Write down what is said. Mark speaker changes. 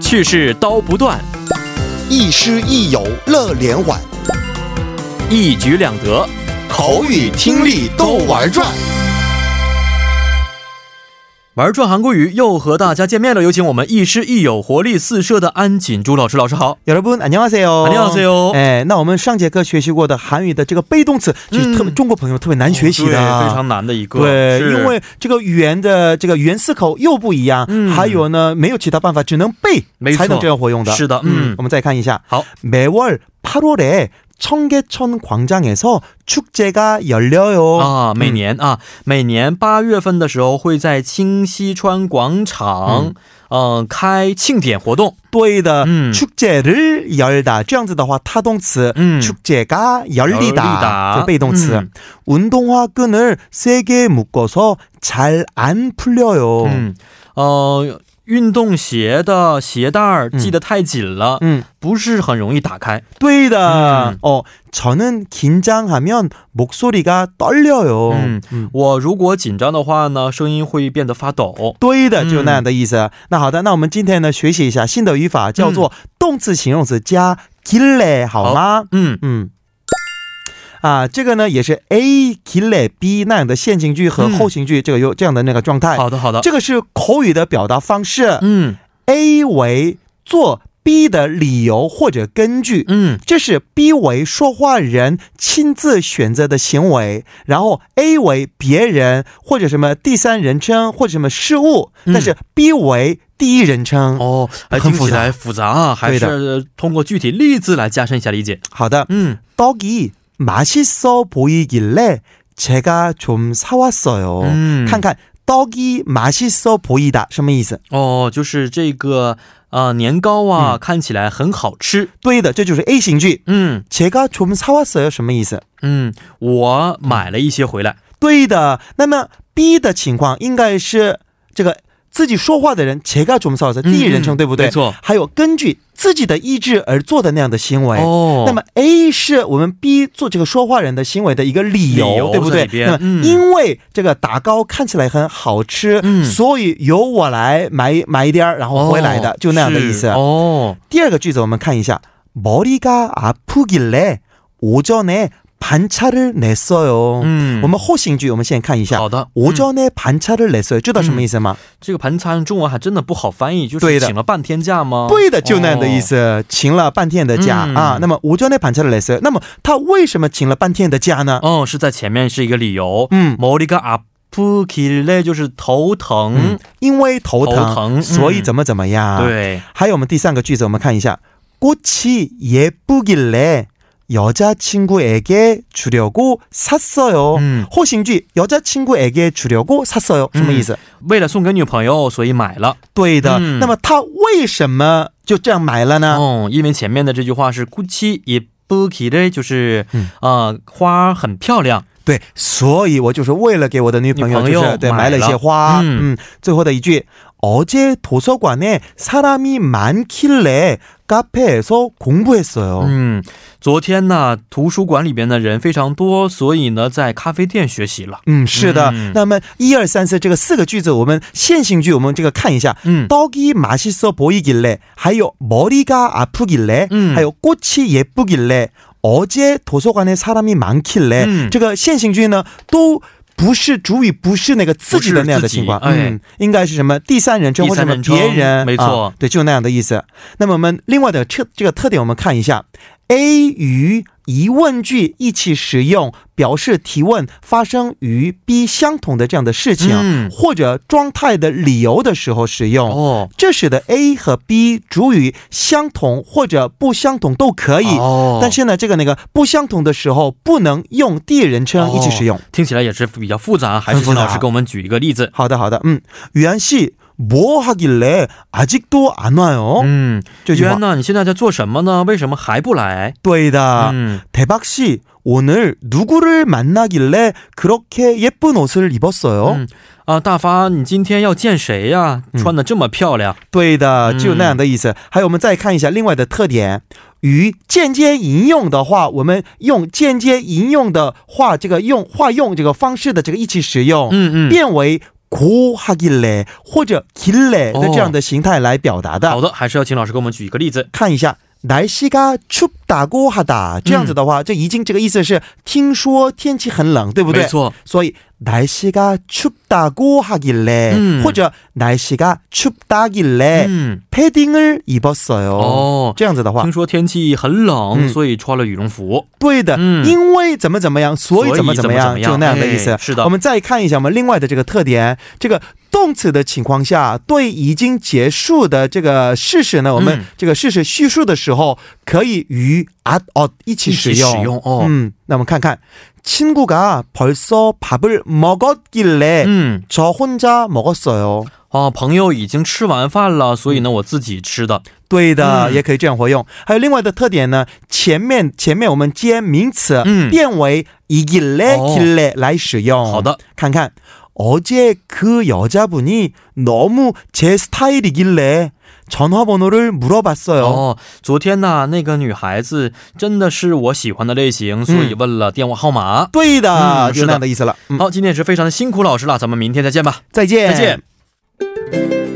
Speaker 1: 去世刀不断，
Speaker 2: 亦师亦友乐连环，
Speaker 1: 一举两得。
Speaker 2: 口语听力都玩转。
Speaker 1: 玩转韩国语又和大家见面了，有请我们亦师亦友、活力四射的安锦珠老师。老师好，
Speaker 3: 여러분 안녕하세요. 네,
Speaker 1: 안녕하세요.
Speaker 3: 哎，那我们上节课学习过的韩语的这个被动词，就是特别、
Speaker 1: 嗯
Speaker 3: 中国朋友特别难学习的，
Speaker 1: 对非常难的一个，
Speaker 3: 对，
Speaker 1: 是
Speaker 3: 因为这个语言的这个语言思考又不一样，
Speaker 1: 嗯
Speaker 3: 还有呢，没有其他办法，只能背
Speaker 1: 没错
Speaker 3: 才能这样活用的。
Speaker 1: 是的嗯
Speaker 3: 我们再看一下，
Speaker 1: 好，
Speaker 3: 매월 8월에 청계천 광장에서 축제가 열려요.
Speaker 1: 啊，每年、啊，每年八月份的时候会在清溪川广场，嗯、开庆典活动。
Speaker 3: 对的，
Speaker 1: 음.
Speaker 3: 축제를 열다 这样子的话，他动词
Speaker 1: 음.
Speaker 3: 축제가
Speaker 1: 열리다.
Speaker 3: 열리다, 저被动词
Speaker 1: 음.
Speaker 3: 운동화 끈을 세게 묶어서 잘 안 풀려요.
Speaker 1: 嗯，呃，运动鞋的鞋带
Speaker 3: 嗯
Speaker 1: 儿系得太紧了、
Speaker 3: 음,
Speaker 1: 不是很容易打开。
Speaker 3: 对的.
Speaker 1: 음.
Speaker 3: 어, 저는 긴장하면 목소리가 떨려요.
Speaker 1: 음.
Speaker 3: 음.
Speaker 1: 我如果紧张的话呢，声音会变得发抖。
Speaker 3: 对的，就是那样的意思。那好的，那我们今天呢，学习一下新的语法，叫
Speaker 1: 음.
Speaker 3: 做动词、形容词加 gile，好吗？
Speaker 1: 嗯，
Speaker 3: 嗯。啊，这个呢也是 A gile B 那样的现行句和
Speaker 1: 嗯
Speaker 3: 后行句，这个有这样的那个状态。
Speaker 1: 好的，好的。
Speaker 3: 这个是口语的表达方式。
Speaker 1: 嗯
Speaker 3: A 为做 B 的理由或者根据。
Speaker 1: 嗯
Speaker 3: 这是 B 为说话人亲自选择的行为，然后 A 为别人或者什么第三人称或者什么事物，
Speaker 1: 嗯
Speaker 3: 但是 B 为第一人称。
Speaker 1: 哦，还听
Speaker 3: 很复杂
Speaker 1: 起来复杂啊，还
Speaker 3: 对的
Speaker 1: 是通过具体例子来加深一下理解。
Speaker 3: 好的，
Speaker 1: 嗯，
Speaker 3: 떡이 맛있어 보이길래 제가 좀 사왔어요.
Speaker 1: 음.
Speaker 3: 看看 떡이 맛있어 보이다 什么意思？
Speaker 1: 哦，就是这个呃年糕
Speaker 3: 嗯
Speaker 1: 啊、看起来很好吃。
Speaker 3: 对的，这就是 A 型句。
Speaker 1: 嗯
Speaker 3: 제가 좀 사왔어요 什么意思？
Speaker 1: 嗯，我买了一些回来。
Speaker 3: 对的，那么 B 的情况应该是这个自己说话的人，제가좀사서第一人称，
Speaker 1: 嗯
Speaker 3: 对不对？
Speaker 1: 没错
Speaker 3: 还有根据自己的意志而做的那样的行为。
Speaker 1: 哦
Speaker 3: 那么 A 是我们 B 做这个说话人的行为的一个理由，
Speaker 1: 理由
Speaker 3: 对不
Speaker 1: 在
Speaker 3: 对
Speaker 1: 里？边
Speaker 3: 那
Speaker 1: 嗯
Speaker 3: 么因为这个打糕看起来很好吃，
Speaker 1: 嗯
Speaker 3: 所以由我来买买一点儿，然后回来的，
Speaker 1: 哦
Speaker 3: 就那样的意思。啊
Speaker 1: 是哦，
Speaker 3: 第二个句子我们看一下，머리가아프길래오전에반차를냈어요。
Speaker 1: 嗯
Speaker 3: 我们后行句，我们先看一下。
Speaker 1: 好的嗯
Speaker 3: 오전에반차를냈어요，知道什么意思吗？
Speaker 1: 这个盘餐中文还真的不好翻译，就
Speaker 3: 对
Speaker 1: 是
Speaker 3: 的
Speaker 1: 请了半天假吗？
Speaker 3: 对的，就那样的意
Speaker 1: 哦。
Speaker 3: 思。请了半天的假、
Speaker 1: 嗯
Speaker 3: 啊，那么오전에반차를냈어요。那么他为什么请了半天的假呢？
Speaker 1: 哦，是在前面是一个理由。
Speaker 3: 嗯
Speaker 1: 某里个阿普奇勒就是头疼。
Speaker 3: 因为头疼，
Speaker 1: 头疼嗯
Speaker 3: 所以怎么怎么样？。
Speaker 1: 对，
Speaker 3: 还有我们第三个句子，我们看一下，꽃이예쁘길래여자친구에게주려고샀어요。
Speaker 1: 嗯
Speaker 3: 后行句여자친구에게주려고샀어요，什么意思？
Speaker 1: 为了送给女朋友，所以买了。
Speaker 3: 对的、
Speaker 1: 嗯
Speaker 3: 那么他为什么就这样买了呢？
Speaker 1: 哦，因为前面的这句话是 Gucci 也不奇勒，就是呃花很漂亮。
Speaker 3: 对，所以我就是为了给我的女朋友，
Speaker 1: 女朋友
Speaker 3: 就是对
Speaker 1: 买
Speaker 3: 买了一些花。
Speaker 1: 了嗯
Speaker 3: 嗯，最后的一句，어제도서관에사람이많길래카페에서공부했어요。
Speaker 1: 嗯，昨天呢，图书馆里边的人非常多，所以呢，在咖啡店学习了。
Speaker 3: 嗯，是的。
Speaker 1: 嗯
Speaker 3: 那么一二三四这个四个句子，我们现行句我们这个看一下。
Speaker 1: 嗯
Speaker 3: 떡이 맛있어 보이길래, 还有 머리가 아프길래,
Speaker 1: 음.
Speaker 3: 还有 꽃이 예쁘길래, 어제 도서관에 사람이 많길래.
Speaker 1: 음.
Speaker 3: 这个现行句呢，都不是主语，不是那个自己的那样的情况，
Speaker 1: 不是自己哎
Speaker 3: 嗯，应该是什么第三人称
Speaker 1: 第
Speaker 3: 或者
Speaker 1: 三
Speaker 3: 什么
Speaker 1: 人称
Speaker 3: 别人，
Speaker 1: 没错
Speaker 3: 啊对，就那样的意思。那么我们另外的特这个特点，我们看一下 A 与疑问句一起使用，表示提问发生与 B 相同的这样的事情、
Speaker 1: 嗯
Speaker 3: 或者状态的理由的时候使用。
Speaker 1: 哦，
Speaker 3: 这使得 A 和 B 主语相同或者不相同都可以，
Speaker 1: 哦
Speaker 3: 但是呢，这个那个不相同的时候不能用第一人
Speaker 1: 哦
Speaker 3: 称一起使用。
Speaker 1: 听起来也是比较复杂，还是
Speaker 3: 很复
Speaker 1: 请
Speaker 3: 杂
Speaker 1: 老师给我们举一个例子。
Speaker 3: 好的，好的，嗯，元씨，뭐 하길래 아직도 안 와요？、
Speaker 1: 嗯，
Speaker 3: 哦这句话
Speaker 1: 渊呢，你现在在做什么呢？为什么还不来？嗯
Speaker 3: 对的，
Speaker 1: 음.
Speaker 3: 대박 씨, 오늘 누구를 만나길래 그렇게 예쁜 옷을 입었어요?
Speaker 1: 嗯啊、大发，你今天要见谁呀、
Speaker 3: 嗯
Speaker 1: 穿的这么漂亮。
Speaker 3: 对的，
Speaker 1: 嗯
Speaker 3: 就那样的意思。还有，我们再看一下另外的特点。与间接引用的话，我们用间接引用的话，这个用化用这个方式的这个一起使用，
Speaker 1: 嗯嗯，
Speaker 3: 变为 고하길래或者길래的这样的形态来表达的。
Speaker 1: 好的，还是要请老师给我们举一个例子。
Speaker 3: 看一下。날씨가춥다고하다这样子的话，这已经这个意思是听说天气很冷，对不对？
Speaker 1: 没。错，
Speaker 3: 所以날씨가춥다고하길래，
Speaker 1: 嗯
Speaker 3: 或者날씨가춥다길래、
Speaker 1: 嗯，
Speaker 3: 패딩을입었어요。
Speaker 1: 哦，
Speaker 3: 这样子的话
Speaker 1: 听，说天气很冷，
Speaker 3: 嗯
Speaker 1: 所以穿了羽绒服。
Speaker 3: 对的、
Speaker 1: 嗯
Speaker 3: 因为怎么怎么样，所以怎么怎么样，
Speaker 1: 所以怎么怎么样
Speaker 3: 就那样的意思、
Speaker 1: 哎是的
Speaker 3: 我们再看一下我们另外的这个特点，这个动词的情况下，对已经结束的这个事实呢，我们
Speaker 1: 嗯
Speaker 3: 这个事实叙述的时候，可以与 at all 一起使用。
Speaker 1: 一起使用哦
Speaker 3: 嗯，那我们看看，친구가벌써밥을먹었길래、
Speaker 1: 嗯，
Speaker 3: 저혼자먹었어요。
Speaker 1: 啊，朋友已经吃完饭了，所以呢，我
Speaker 3: 嗯
Speaker 1: 自己吃的。
Speaker 3: 对的、
Speaker 1: 嗯
Speaker 3: 也可以这样活用。 예, 还有另外的特点呢，前面前面我们接名词，
Speaker 1: 嗯
Speaker 3: 变为이길래
Speaker 1: 哦
Speaker 3: 길래来使用。
Speaker 1: 好的，
Speaker 3: 看看어제그여자분이너무제스타일이길래전화번호를물어봤어요。
Speaker 1: 哦，昨天呢，那个女孩子真的是我喜欢的类型，所以问了电话号码。
Speaker 3: 对的，
Speaker 1: 嗯
Speaker 3: 嗯 음， 就那样的意思了。嗯，
Speaker 1: 好，今天也是非常的辛苦老师了，咱们明天再见吧，
Speaker 3: 再见，
Speaker 1: 再见。